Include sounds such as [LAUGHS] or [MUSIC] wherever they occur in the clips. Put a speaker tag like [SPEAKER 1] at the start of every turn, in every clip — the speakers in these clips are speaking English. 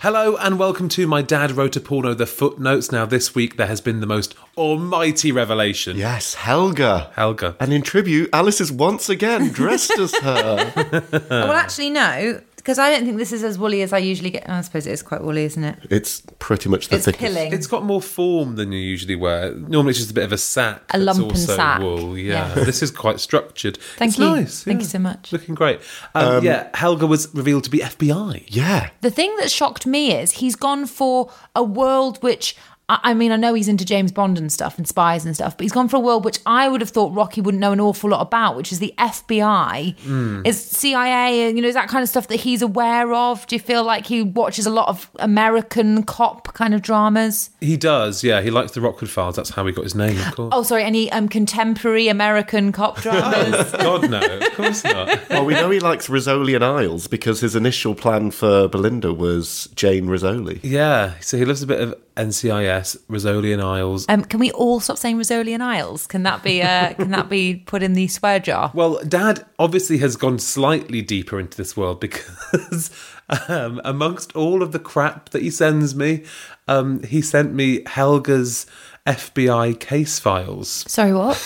[SPEAKER 1] Hello and welcome to My Dad Wrote a Porno, The Footnotes. Now, this week there has been the most almighty revelation.
[SPEAKER 2] Yes, Helga.
[SPEAKER 1] Helga.
[SPEAKER 2] And in tribute, Alice is once again dressed as her.
[SPEAKER 3] well, actually, no, because I don't think this is as woolly as I usually get. I suppose it is quite woolly, isn't it?
[SPEAKER 2] [LAUGHS] It's pretty much the
[SPEAKER 3] It's
[SPEAKER 2] thickest.
[SPEAKER 3] pilling.
[SPEAKER 1] It's got more form than you usually wear. Normally it's just a bit of a sack.
[SPEAKER 3] A
[SPEAKER 1] that's
[SPEAKER 3] lump and
[SPEAKER 1] also
[SPEAKER 3] sack.
[SPEAKER 1] Wool. Yeah.
[SPEAKER 3] Yeah.
[SPEAKER 1] this is quite structured.
[SPEAKER 3] [LAUGHS] Thank
[SPEAKER 1] It's
[SPEAKER 3] you.
[SPEAKER 1] nice.
[SPEAKER 3] Thank
[SPEAKER 1] yeah.
[SPEAKER 3] you so much.
[SPEAKER 1] Looking great. Um, yeah, Helga was revealed to be FBI.
[SPEAKER 2] Yeah.
[SPEAKER 3] The thing that shocked me is he's gone for a world which. I I mean, I know he's into James Bond and stuff and spies and stuff, but he's gone for a world which I would have thought Rocky wouldn't know an awful lot about, which is the FBI, is CIA, and you know, is that kind of stuff that he's aware of. Do you feel like he watches a lot of American cop kind of dramas?
[SPEAKER 1] He does, yeah. He likes the Rockford Files. That's how he got his name, of course.
[SPEAKER 3] [LAUGHS] Oh, sorry, any um, contemporary American cop dramas?
[SPEAKER 1] God, no. Of course not.
[SPEAKER 2] Well, we know he likes Rizzoli and Isles because his initial plan for Belinda was Jane Rizzoli.
[SPEAKER 1] [LAUGHS] Yeah, so he loves a bit of NCIS, Rizzoli and Isles,
[SPEAKER 3] um, can we all stop saying Rizzoli and Isles? Can that be uh, can that be put in the swear jar?
[SPEAKER 1] Well, Dad obviously has gone slightly deeper into this world because, [LAUGHS] um, amongst all of the crap that he sends me, um, he sent me Helga's FBI case files.
[SPEAKER 3] Sorry, what? [LAUGHS]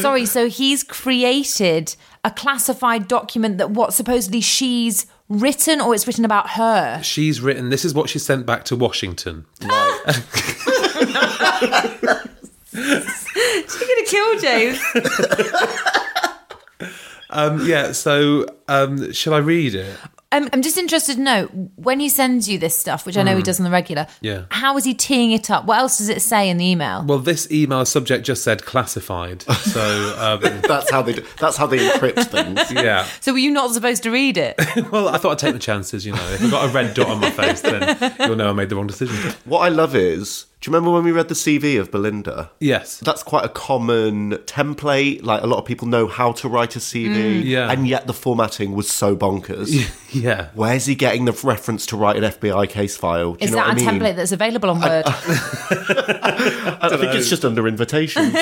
[SPEAKER 3] Sorry, so he's created a classified document that what supposedly she's written or it's written about her.
[SPEAKER 1] She's written, this is what she sent back to Washington.
[SPEAKER 3] She's gonna kill James.
[SPEAKER 1] Um, yeah, so um, shall I read it?
[SPEAKER 3] [LAUGHS] Um, I'm just interested to know when he sends you this stuff, which I know he does on the regular.
[SPEAKER 1] Yeah.
[SPEAKER 3] How is he teeing it up? What else does it say in the email?
[SPEAKER 1] Well, this email subject just said classified. So,
[SPEAKER 2] [LAUGHS]
[SPEAKER 1] um,
[SPEAKER 2] That's how they. That's how they [LAUGHS] encrypt things.
[SPEAKER 1] yeah.
[SPEAKER 3] So were you not supposed to read it?
[SPEAKER 1] Well, I thought I'd take my chances, you know. If I've got a red dot on my face, then you'll know I made the wrong decision.
[SPEAKER 2] What I love is, do you remember when we read the CV of Belinda?
[SPEAKER 1] Yes.
[SPEAKER 2] That's quite a common template. Like a lot of people know how to write a CV,
[SPEAKER 3] Mm.
[SPEAKER 1] yeah.
[SPEAKER 2] and yet the formatting was so bonkers.
[SPEAKER 1] Yeah.
[SPEAKER 2] Where's he getting the reference to write an FBI case file? Do you
[SPEAKER 3] Is
[SPEAKER 2] know
[SPEAKER 3] that
[SPEAKER 2] what
[SPEAKER 3] a
[SPEAKER 2] I mean?
[SPEAKER 3] template that's available on Word?
[SPEAKER 2] I think it's just under invitations.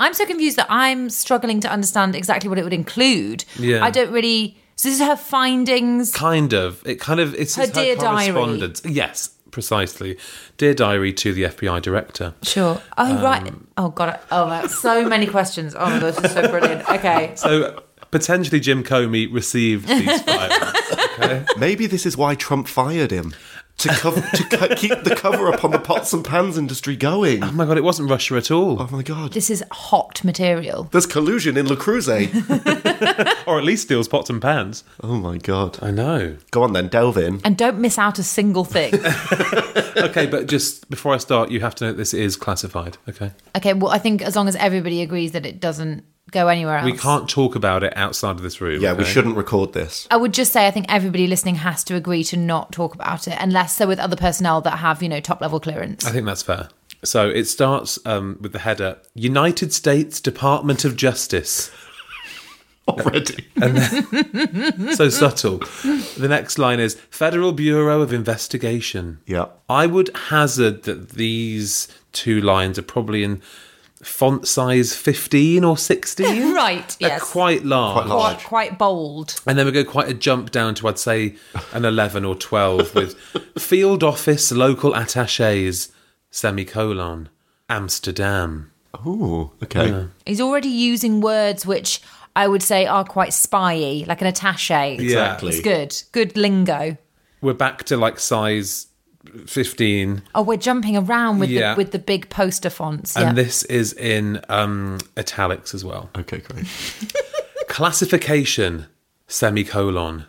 [SPEAKER 3] I'm so confused that I'm struggling to understand exactly what it would include.
[SPEAKER 1] Yeah.
[SPEAKER 3] I don't really. So this is her findings.
[SPEAKER 1] Kind of. It kind of. It's
[SPEAKER 3] Her
[SPEAKER 1] just
[SPEAKER 3] dear
[SPEAKER 1] her correspondence. Yes, precisely. Dear diary to the FBI director.
[SPEAKER 3] Sure. Oh
[SPEAKER 1] Um,
[SPEAKER 3] right. Oh god. Oh, that's so many questions. Oh my god, this is so brilliant. Okay.
[SPEAKER 1] [LAUGHS] So potentially Jim Comey received these
[SPEAKER 3] [LAUGHS]
[SPEAKER 1] files.
[SPEAKER 2] [LAUGHS]
[SPEAKER 1] Oh
[SPEAKER 2] Maybe this is why Trump fired him to cover to co- keep the cover up on the pots and pans industry going.
[SPEAKER 1] oh my god, it wasn't Russia at all,
[SPEAKER 2] Oh my god.
[SPEAKER 3] This is hot material.
[SPEAKER 2] There's collusion in La Crusade.
[SPEAKER 1] or at least steals pots and pans.
[SPEAKER 2] Oh my god.
[SPEAKER 1] I know.
[SPEAKER 2] Go on then, delve in.
[SPEAKER 3] And don't miss out a
[SPEAKER 1] [LAUGHS]
[SPEAKER 3] single thing.
[SPEAKER 1] Okay, but just before I start, you have to know this is classified. Okay,
[SPEAKER 3] Okay. Well, I think as long as everybody agrees that it doesn't go anywhere else,
[SPEAKER 1] we can't talk about it outside of this room.
[SPEAKER 2] Yeah, we
[SPEAKER 1] okay?
[SPEAKER 2] shouldn't record this.
[SPEAKER 3] I would just say I think everybody listening has to agree to not talk about it, unless they're with other personnel that have you know top level clearance.
[SPEAKER 1] I think that's fair. So it starts um, with the header United States Department of Justice.
[SPEAKER 2] Already.
[SPEAKER 1] so subtle. The next line is Federal Bureau of Investigation.
[SPEAKER 2] Yeah.
[SPEAKER 1] I would hazard that these two lines are probably in font size 15 or 16.
[SPEAKER 3] Right,
[SPEAKER 1] They're
[SPEAKER 3] yes.
[SPEAKER 1] quite large.
[SPEAKER 2] Quite large.
[SPEAKER 3] Quite, quite bold.
[SPEAKER 1] And then we go quite a jump down to, I'd say, an 11 or 12 with field office local attaches, semicolon, Amsterdam.
[SPEAKER 2] Ooh, okay.
[SPEAKER 3] He's already using words which I would say are quite spyy, like an attaché.
[SPEAKER 2] Exactly.
[SPEAKER 3] It's good. Good lingo.
[SPEAKER 1] We're back to like size 15.
[SPEAKER 3] Oh, we're jumping around with
[SPEAKER 1] Yeah.
[SPEAKER 3] the with the big poster fonts. Yeah.
[SPEAKER 1] And this is in um, italics as well.
[SPEAKER 2] Okay, great.
[SPEAKER 1] Classification, semicolon,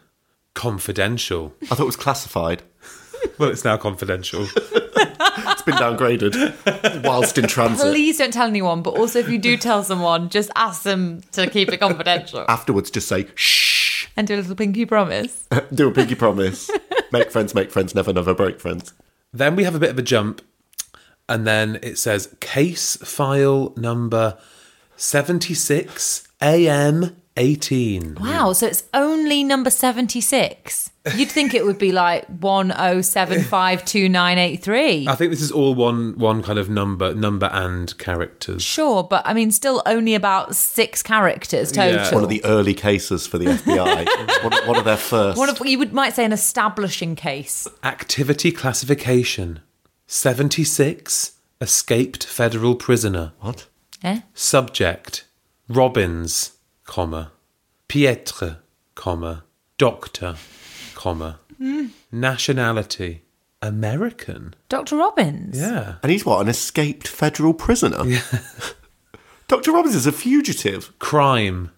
[SPEAKER 1] confidential.
[SPEAKER 2] I thought it was classified.
[SPEAKER 1] [LAUGHS] Well, it's now confidential.
[SPEAKER 2] It's been [LAUGHS] downgraded whilst in transit.
[SPEAKER 3] Please don't tell anyone, but also if you do tell someone, just ask them to keep it
[SPEAKER 1] [LAUGHS]
[SPEAKER 3] confidential
[SPEAKER 2] Afterwards, just say, shh,
[SPEAKER 3] and do a little pinky promise.
[SPEAKER 2] do a pinky promise. Make friends, make friends, never, never break friends.
[SPEAKER 1] [LAUGHS] Then we have a bit of a jump, and then it says case file number 76 AM 18.
[SPEAKER 3] Wow, so it's only number 76. You'd think it would be like 10752983.
[SPEAKER 1] I think this is all one one kind of number number and characters.
[SPEAKER 3] Sure, but I mean, still only about six characters total.
[SPEAKER 1] Yeah.
[SPEAKER 2] One of the early cases for the [LAUGHS] FBI. one, one of their first.
[SPEAKER 3] One of you would might say an establishing case.
[SPEAKER 1] Activity classification 76 escaped federal prisoner.
[SPEAKER 2] what?
[SPEAKER 3] Eh?
[SPEAKER 1] Subject Robbins, comma Pietre, comma Doctor, comma Nationality American.
[SPEAKER 3] Dr. Robbins.
[SPEAKER 1] Yeah.
[SPEAKER 2] And he's what? An escaped federal prisoner? [LAUGHS] Dr. Robbins is a fugitive.
[SPEAKER 1] crime,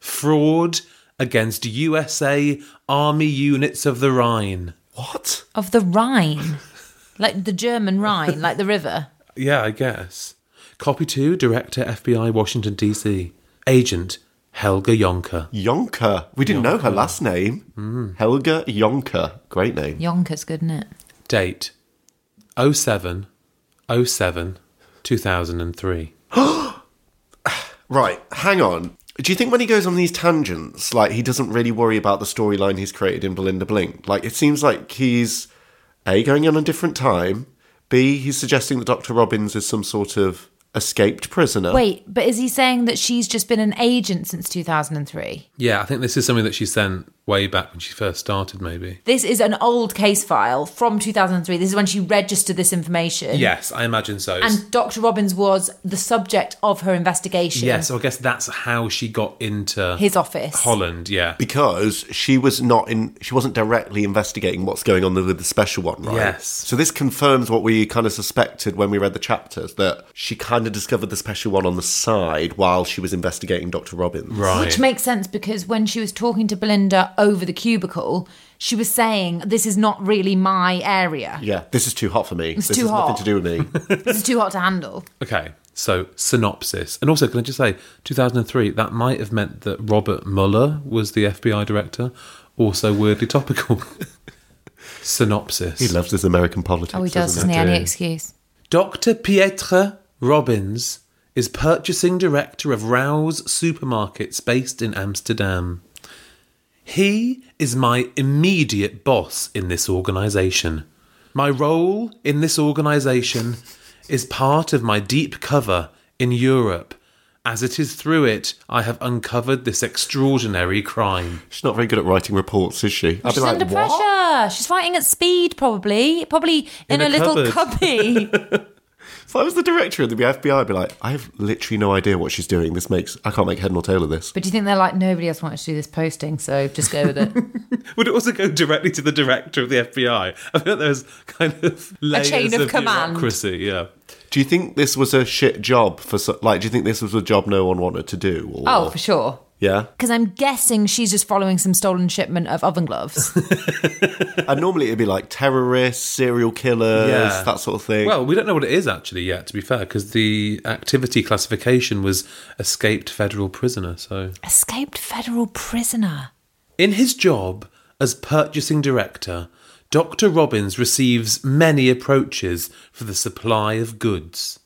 [SPEAKER 1] fraud against USA Army units of the Rhine.
[SPEAKER 2] What?
[SPEAKER 3] Of the Rhine. like the German Rhine, like the river.
[SPEAKER 1] Yeah, I guess. Copy two, Director FBI Washington DC. Agent Helga Yonker.
[SPEAKER 2] Yonker. We didn't know her last name. Helga Yonker. Great name.
[SPEAKER 3] Yonkers, good, isn't it?
[SPEAKER 1] Date 07 07 2003.
[SPEAKER 2] Right, hang on. Do you think when he goes on these tangents, like he doesn't really worry about the storyline he's created in Belinda Blink? Like it seems like he's A going on a different time, B he's suggesting that Dr. Robbins is some sort of escaped prisoner.
[SPEAKER 3] Wait, but is he saying that she's just been an agent since 2003?
[SPEAKER 1] Yeah, I think this is something that she sent way back when she first started, maybe.
[SPEAKER 3] This is an old case file from 2003. This is when she registered this information.
[SPEAKER 1] Yes, I imagine so.
[SPEAKER 3] And Dr. Robbins was the subject of her investigation.
[SPEAKER 1] yes, I guess that's how she got into
[SPEAKER 3] His office.
[SPEAKER 1] Holland, yeah.
[SPEAKER 2] Because she was not in she wasn't directly investigating what's going on with the special one, right?
[SPEAKER 1] Yes.
[SPEAKER 2] So this confirms what we kind of suspected when we read the chapters, that she kind of discovered the special one on the side while she was investigating Dr. Robbins.
[SPEAKER 1] Right.
[SPEAKER 3] Which makes sense because when she was talking to Belinda over the cubicle, she was saying, This is not really my area.
[SPEAKER 2] Yeah, this is too hot for me. this
[SPEAKER 3] too
[SPEAKER 2] has
[SPEAKER 3] hot.
[SPEAKER 2] nothing to do with me.
[SPEAKER 3] This is too hot to handle.
[SPEAKER 1] Okay, so synopsis. And also, can I just say, 2003, that might have meant that Robert Mueller was the FBI director. Also, weirdly topical. [LAUGHS] synopsis.
[SPEAKER 2] [LAUGHS] He loves his American politics.
[SPEAKER 3] Oh, he does,
[SPEAKER 2] doesn't
[SPEAKER 3] doesn't he? Any
[SPEAKER 1] do.
[SPEAKER 3] excuse.
[SPEAKER 1] Dr. Pietre Robbins is purchasing director of Rouse Supermarkets based in Amsterdam. He is my immediate boss in this organisation. My role in this organisation is part of my deep cover in Europe, as it is through it I have uncovered this extraordinary crime.
[SPEAKER 2] She's not very good at writing reports, is she? I'd
[SPEAKER 3] She's under pressure. She's fighting at speed, probably. Probably
[SPEAKER 1] In
[SPEAKER 3] in,
[SPEAKER 1] a
[SPEAKER 3] a,
[SPEAKER 1] cupboard.
[SPEAKER 3] little cubby.
[SPEAKER 2] If I was the director of the FBI, I'd be like, I have literally no idea what she's doing. This makes I can't make head nor tail of this.
[SPEAKER 3] but do you think they're like, nobody else wants to do this posting, so just go with it?
[SPEAKER 1] Would it also go directly to the director of the FBI? I feel like there's kind of layers
[SPEAKER 3] chain of command.
[SPEAKER 1] bureaucracy, yeah.
[SPEAKER 2] Do you think this was a shit job for so, like? Do you think this was a job no one wanted to do? Or,
[SPEAKER 3] oh, for sure.
[SPEAKER 2] yeah.
[SPEAKER 3] Because I'm guessing she's just following some stolen shipment of oven gloves.
[SPEAKER 2] And normally it'd be like terrorists, serial killers, that sort of thing.
[SPEAKER 1] Well, we don't know what it is actually yet, to be fair, because the activity classification was escaped federal prisoner. So,
[SPEAKER 3] Escaped federal prisoner.
[SPEAKER 1] in his job as purchasing director, Dr. Robbins receives many approaches for the supply of goods.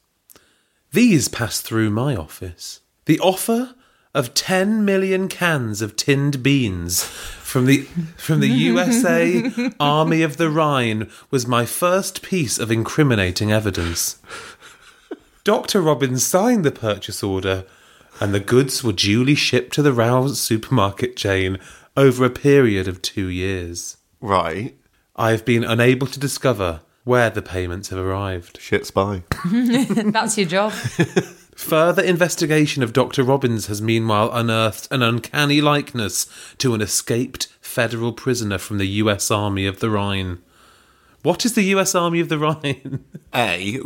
[SPEAKER 1] These pass through my office. The offer of 10 million cans of tinned beans from the from the USA Army of the Rhine was my first piece of incriminating evidence. Dr. Robbins signed the purchase order, and the goods were duly shipped to the Rouse supermarket chain over a period of two years.
[SPEAKER 2] Right.
[SPEAKER 1] I have been unable to discover where the payments have arrived.
[SPEAKER 2] Shit spy.
[SPEAKER 3] [LAUGHS] That's your job.
[SPEAKER 1] Further investigation of Dr. Robbins has meanwhile unearthed an uncanny likeness to an escaped federal prisoner from the US Army of the Rhine. What is the US Army of the Rhine?
[SPEAKER 2] A.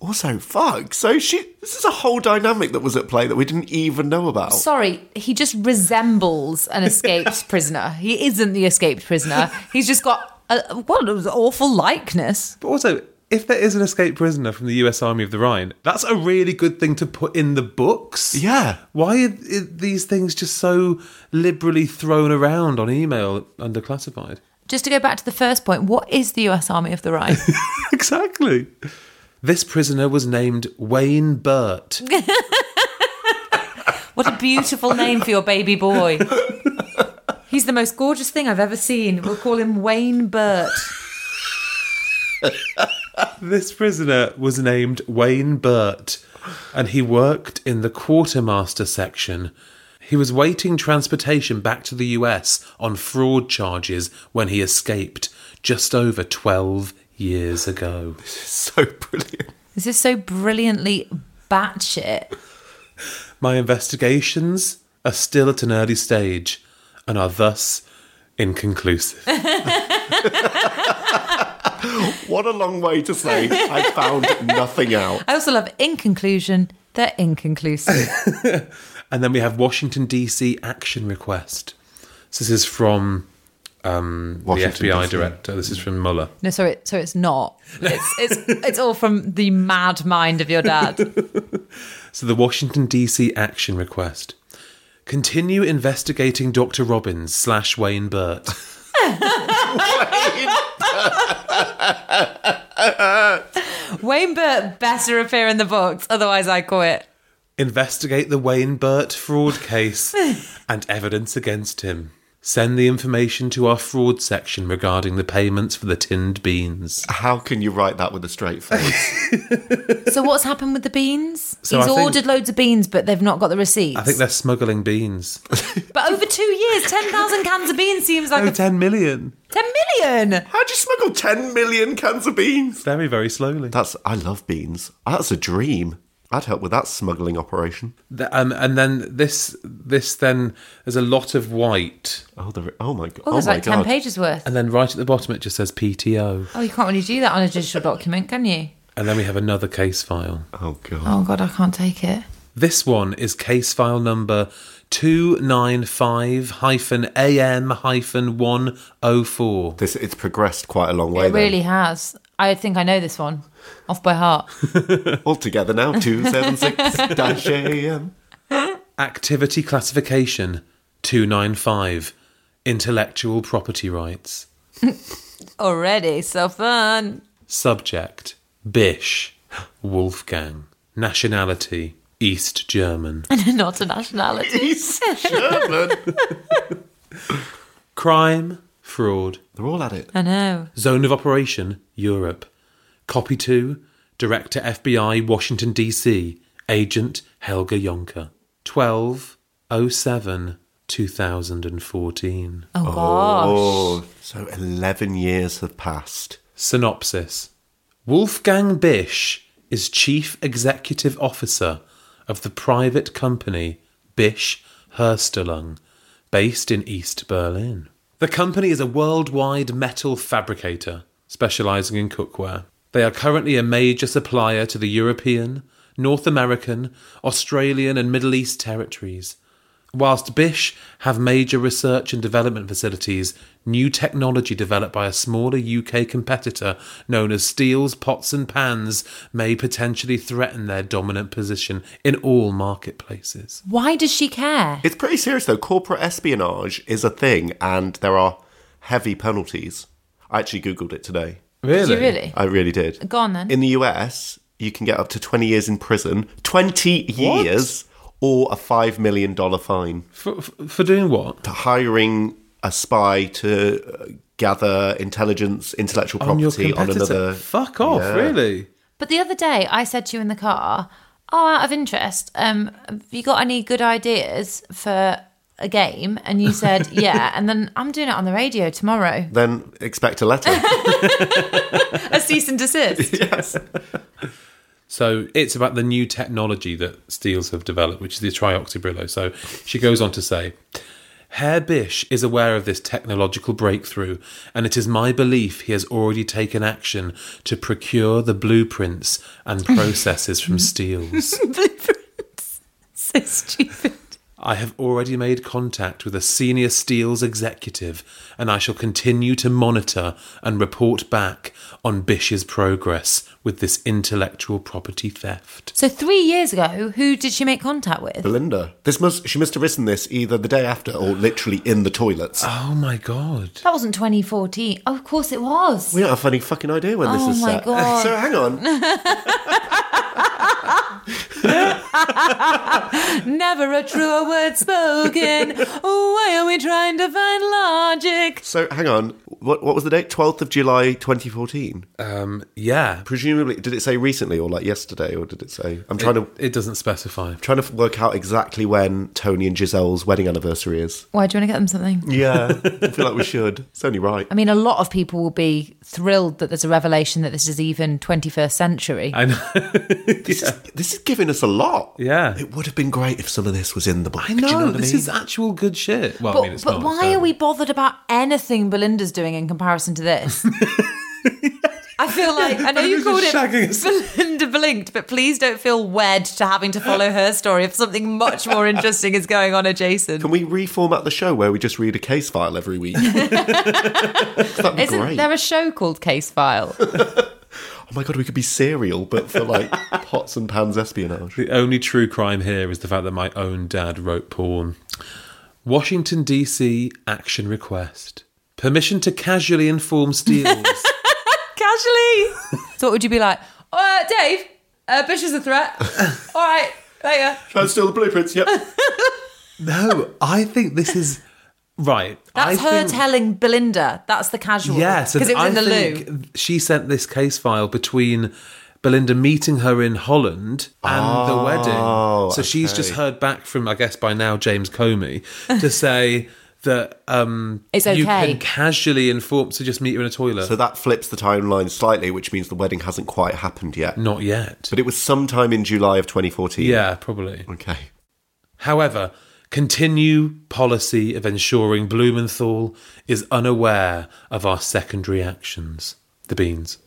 [SPEAKER 2] Also, fuck. So she. This is a whole dynamic that was at play that we didn't even know about.
[SPEAKER 3] [LAUGHS] Sorry, he just resembles an escaped prisoner. He isn't the escaped prisoner. He's just got a, what an awful likeness.
[SPEAKER 1] But also, if there is an escaped prisoner from the US Army of the Rhine, that's a really good thing to put in the books.
[SPEAKER 2] Yeah.
[SPEAKER 1] Why are i- these things just so liberally thrown around on email under classified?
[SPEAKER 3] Just to go back to the first point, what is the U.S. Army of the Rhine?
[SPEAKER 1] exactly. This prisoner was named Wayne Burt.
[SPEAKER 3] What a beautiful name for your baby boy. He's the most gorgeous thing I've ever seen. We'll call him Wayne Burt.
[SPEAKER 1] this prisoner was named Wayne Burt, and he worked in the quartermaster section. He was waiting transportation back to the US on fraud charges when he escaped just over 12 years ago.
[SPEAKER 2] [LAUGHS] So brilliant.
[SPEAKER 3] This is so brilliantly batshit.
[SPEAKER 1] My investigations are still at an early stage and are thus inconclusive.
[SPEAKER 2] What a long way to say I found nothing out.
[SPEAKER 3] I also love, in conclusion, they're inconclusive.
[SPEAKER 1] And then we have Washington DC action request. So this is from um, the
[SPEAKER 2] Washington,
[SPEAKER 1] FBI
[SPEAKER 2] DC.
[SPEAKER 1] director. This is from Mueller.
[SPEAKER 3] No, sorry, so it's not. It's, it's, it's all from the mad mind of your dad.
[SPEAKER 1] So the Washington DC action request. Continue investigating Dr. Robbins slash Wayne Burt.
[SPEAKER 3] Wayne Burt better appear in the books, otherwise I quit.
[SPEAKER 1] Investigate the Wayne Burt fraud case and evidence against him. Send the information to our fraud section regarding the payments for the tinned beans.
[SPEAKER 2] How can you write that with a straight face?
[SPEAKER 3] So what's happened with the beans?
[SPEAKER 1] So
[SPEAKER 3] He's
[SPEAKER 1] I think-
[SPEAKER 3] ordered loads of beans, but they've not got the receipts.
[SPEAKER 1] I think they're smuggling beans.
[SPEAKER 3] but over two years, 10,000 cans of beans seems like
[SPEAKER 1] Oh,
[SPEAKER 3] a
[SPEAKER 1] 10 million.
[SPEAKER 3] 10 million.
[SPEAKER 2] How'd you smuggle 10 million cans of beans?
[SPEAKER 1] Very, very slowly.
[SPEAKER 2] That's. I love beans. That's a dream. I'd help with that smuggling operation.
[SPEAKER 1] Th- um, and then this this then there's a lot of white
[SPEAKER 2] Oh, there, oh my god.
[SPEAKER 3] Oh,
[SPEAKER 2] oh
[SPEAKER 3] there's
[SPEAKER 2] my
[SPEAKER 3] like 10
[SPEAKER 2] god.
[SPEAKER 3] pages worth.
[SPEAKER 1] and then right at the bottom it just says pto
[SPEAKER 3] Oh, you can't really do that on a digital document, can you?
[SPEAKER 1] and then we have another case file
[SPEAKER 2] oh god.
[SPEAKER 3] Oh, God, I can't take it.
[SPEAKER 1] this one is case file number 295 hyphen am hyphen 104
[SPEAKER 2] This it's progressed quite a long way.
[SPEAKER 3] It really has. I think I know this one off by heart.
[SPEAKER 2] then. all together now. Two seven six dash AM.
[SPEAKER 1] activity classification 295 intellectual property rights
[SPEAKER 3] [LAUGHS] Already, so [LAUGHS] fun.
[SPEAKER 1] subject bish [GASPS] wolfgang nationality east german
[SPEAKER 3] Not a nationality.
[SPEAKER 2] He's German.
[SPEAKER 1] crime fraud
[SPEAKER 2] They're all at it.
[SPEAKER 3] [LAUGHS] I know.
[SPEAKER 1] Zone of Operation, Europe. Copy 2, Director FBI, Washington, D.C., Agent Helga Yonker. 1207 2014.
[SPEAKER 3] Oh, gosh.
[SPEAKER 2] Oh, so eleven years have passed.
[SPEAKER 1] Synopsis Wolfgang Bisch is Chief Executive Officer of the private company Bisch Herstellung, based in East Berlin. The company is a worldwide metal fabricator specializing in cookware. They are currently a major supplier to the European, North American, Australian, and Middle East territories. Whilst Bish have major research and development facilities, new technology developed by a smaller UK competitor known as Steels Pots and Pans may potentially threaten their dominant position in all marketplaces.
[SPEAKER 3] Why does she care?
[SPEAKER 2] It's pretty serious though. Corporate espionage is a thing, and there are heavy penalties. I actually googled it today.
[SPEAKER 1] Really?
[SPEAKER 3] Did you really?
[SPEAKER 2] I really did.
[SPEAKER 3] Go on then.
[SPEAKER 2] In the US, you can get up to twenty years in prison, twenty
[SPEAKER 1] What?
[SPEAKER 2] years, or a five million dollar fine.
[SPEAKER 1] For, for, for doing what?
[SPEAKER 2] hiring a spy to uh, gather intelligence, intellectual
[SPEAKER 1] on your
[SPEAKER 2] property on,
[SPEAKER 1] competitor?
[SPEAKER 2] another.
[SPEAKER 1] Fuck off,
[SPEAKER 2] Yeah.
[SPEAKER 1] really?
[SPEAKER 3] But the other day, I said to you in the car, "Oh, out of interest, um, have you got any good ideas for a game?" And you [LAUGHS] said, "Yeah." And then I'm doing it on the radio tomorrow.
[SPEAKER 2] Then expect a letter.
[SPEAKER 3] A cease and [LAUGHS] desist.
[SPEAKER 2] yes.
[SPEAKER 1] So it's about the new technology that Steels have developed, which is the trioxybrillo. So she goes on to say, Herr Bish is aware of this technological breakthrough, and it is my belief he has already taken action to procure the blueprints and processes from Steels.
[SPEAKER 3] [LAUGHS] so stupid.
[SPEAKER 1] I have already made contact with a senior Steels executive, and I shall continue to monitor and report back on Bish's progress with this intellectual property theft.
[SPEAKER 3] So three years ago, who did she make contact with?
[SPEAKER 2] Belinda. This must she must have written this either the day after or literally in the toilets.
[SPEAKER 1] Oh my god.
[SPEAKER 3] That wasn't 2014. Oh, of course it was.
[SPEAKER 2] we don't have any fucking idea when
[SPEAKER 3] Oh
[SPEAKER 2] this is
[SPEAKER 3] my
[SPEAKER 2] set.
[SPEAKER 3] God.
[SPEAKER 2] So hang on.
[SPEAKER 3] Never a truer
[SPEAKER 2] [LAUGHS]
[SPEAKER 3] word spoken. Oh, Why are we trying to find logic?
[SPEAKER 2] So hang on. What what was the date? Twelfth of July, twenty fourteen.
[SPEAKER 1] Yeah.
[SPEAKER 2] Presumably, did it say recently or like yesterday, or did it say? I'm trying to
[SPEAKER 1] It doesn't specify.
[SPEAKER 2] trying to work out exactly when Tony and Giselle's wedding anniversary is.
[SPEAKER 3] Why do you want to get them something?
[SPEAKER 2] Yeah, [LAUGHS] I feel like we should. It's only right.
[SPEAKER 3] I mean, a lot of people will be thrilled that there's a revelation that this is even 21st century.
[SPEAKER 1] I know.
[SPEAKER 2] This, is, this is giving us a lot.
[SPEAKER 1] Yeah.
[SPEAKER 2] it would have been great if some of this was in the book.
[SPEAKER 1] I
[SPEAKER 2] do
[SPEAKER 1] know.
[SPEAKER 2] you know what
[SPEAKER 1] this
[SPEAKER 2] I mean?
[SPEAKER 1] is actual good shit. Well,
[SPEAKER 3] but
[SPEAKER 1] I mean, it's
[SPEAKER 3] but
[SPEAKER 1] not,
[SPEAKER 3] why
[SPEAKER 1] so-
[SPEAKER 3] are we bothered about anything Belinda's doing in comparison
[SPEAKER 1] [LAUGHS]
[SPEAKER 3] to this? I feel like I know you called
[SPEAKER 1] Belinda's
[SPEAKER 3] it
[SPEAKER 1] just
[SPEAKER 3] Belinda blinked, but please don't feel wed to having to follow her story if something much more interesting is going on adjacent.
[SPEAKER 2] Can we reformat the show where we just read a case file
[SPEAKER 1] [LAUGHS]
[SPEAKER 2] every week? That'd be
[SPEAKER 3] Isn't
[SPEAKER 2] great.
[SPEAKER 3] there a show called
[SPEAKER 1] [LAUGHS]
[SPEAKER 3] Case File?
[SPEAKER 2] oh my god, we could be serial, but for like pots and pans espionage.
[SPEAKER 1] The only true crime here is the fact that my own dad wrote porn. Washington, D.C. action request. Permission to casually inform Steels.
[SPEAKER 3] Casually. so what would you be like? Uh, Dave, uh, Bush is
[SPEAKER 1] [LAUGHS]
[SPEAKER 3] a threat. All right, later.
[SPEAKER 2] That's still the blueprints. Yep.
[SPEAKER 1] [LAUGHS] no, I think this is. Right.
[SPEAKER 3] That's
[SPEAKER 1] I
[SPEAKER 3] her
[SPEAKER 1] think-
[SPEAKER 3] telling Belinda. That's the casual.
[SPEAKER 1] Yes, and
[SPEAKER 3] because it was
[SPEAKER 1] I
[SPEAKER 3] in the loo.
[SPEAKER 1] think she sent this case file between Belinda meeting her in Holland and
[SPEAKER 3] Oh,
[SPEAKER 1] the wedding. So she's just heard back from, I guess, by now James
[SPEAKER 3] [LAUGHS]
[SPEAKER 1] Comey to say that um,
[SPEAKER 3] It's
[SPEAKER 1] you
[SPEAKER 3] okay.
[SPEAKER 1] can casually inform to just meet her in a toilet.
[SPEAKER 2] so that flips the timeline slightly, which means the wedding hasn't quite happened yet.
[SPEAKER 1] Not yet.
[SPEAKER 2] But it was sometime in July of 2014.
[SPEAKER 1] Mm. Yeah, probably.
[SPEAKER 2] Okay.
[SPEAKER 1] However, continue policy of ensuring Blumenthal is unaware of our secondary actions. The
[SPEAKER 3] [LAUGHS]
[SPEAKER 1] beans.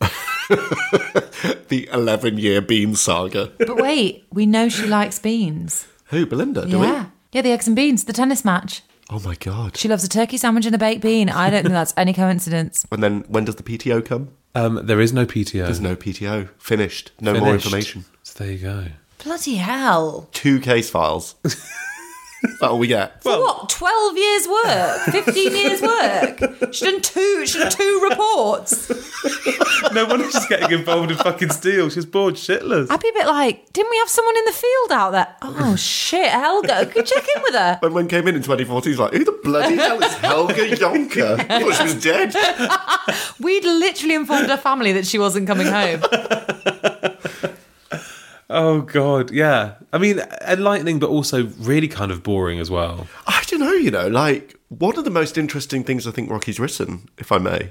[SPEAKER 2] The 11 year bean saga.
[SPEAKER 3] But wait, we know she likes beans.
[SPEAKER 2] Who? Belinda? Do
[SPEAKER 3] yeah,
[SPEAKER 2] we?
[SPEAKER 3] yeah, the eggs and beans, the tennis match.
[SPEAKER 2] Oh my god.
[SPEAKER 3] She loves a turkey sandwich and a baked bean. I don't think that's any
[SPEAKER 2] [LAUGHS]
[SPEAKER 3] coincidence.
[SPEAKER 2] And then when does the PTO come?
[SPEAKER 1] Um, there is no PTO.
[SPEAKER 2] There's no PTO. Finished. No more
[SPEAKER 1] Finished.
[SPEAKER 2] information.
[SPEAKER 1] So there you go.
[SPEAKER 3] Bloody hell!
[SPEAKER 2] Two case [LAUGHS] files. Is that all we get?
[SPEAKER 3] For
[SPEAKER 1] Oh.
[SPEAKER 3] what? Twelve years work, fifteen years work. She done two. She done two reports.
[SPEAKER 1] No wonder she's getting involved in fucking steel. She's bored shitless.
[SPEAKER 3] I'd be a bit like, didn't we have someone in the field out there? Oh shit, Helga, could check in with her.
[SPEAKER 2] When one came in in 2014, he's like, who the bloody hell is Helga Yonker? [LAUGHS] I thought she was dead.
[SPEAKER 3] We'd literally informed her family that she wasn't coming home.
[SPEAKER 1] Oh god, yeah. I mean, enlightening, but also really kind of boring as well.
[SPEAKER 2] I don't know, you know, like one of the most interesting things I think Rocky's written, if I may.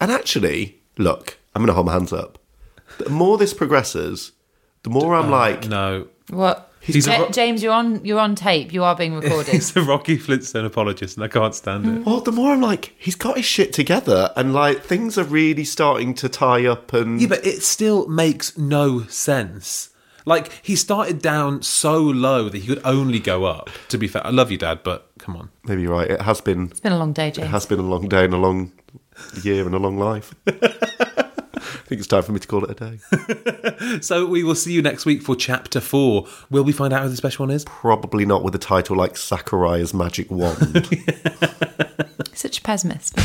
[SPEAKER 2] And actually, look, I'm going to hold my hands up. The more this progresses, the more I'm like,
[SPEAKER 1] [LAUGHS] No,
[SPEAKER 3] What?
[SPEAKER 1] He's
[SPEAKER 3] Ja-
[SPEAKER 1] a ro-
[SPEAKER 3] James, you're on. You're on tape. You are
[SPEAKER 1] [LAUGHS]
[SPEAKER 3] being recorded.
[SPEAKER 1] he's a Rocky Flintstone apologist, and I can't stand it.
[SPEAKER 2] well, the more I'm like, he's got his shit together, and like things are really starting to tie up. And
[SPEAKER 1] Yeah, but it still makes no sense. Like he started down so low that he could only go up. To be fair, I love you, Dad, but come on. [LAUGHS]
[SPEAKER 2] maybe you're right. It has been,
[SPEAKER 3] it's been a long day,
[SPEAKER 2] it
[SPEAKER 3] James.
[SPEAKER 2] has been a long day and a long year and a long life. I think it's time for me to call it a day.
[SPEAKER 1] So we will see you next week for Chapter Four. Will we find out who the special one is?
[SPEAKER 2] Probably not with a title like Sakurai's Magic Wand.
[SPEAKER 3] Such a pessimist.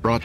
[SPEAKER 4] Brought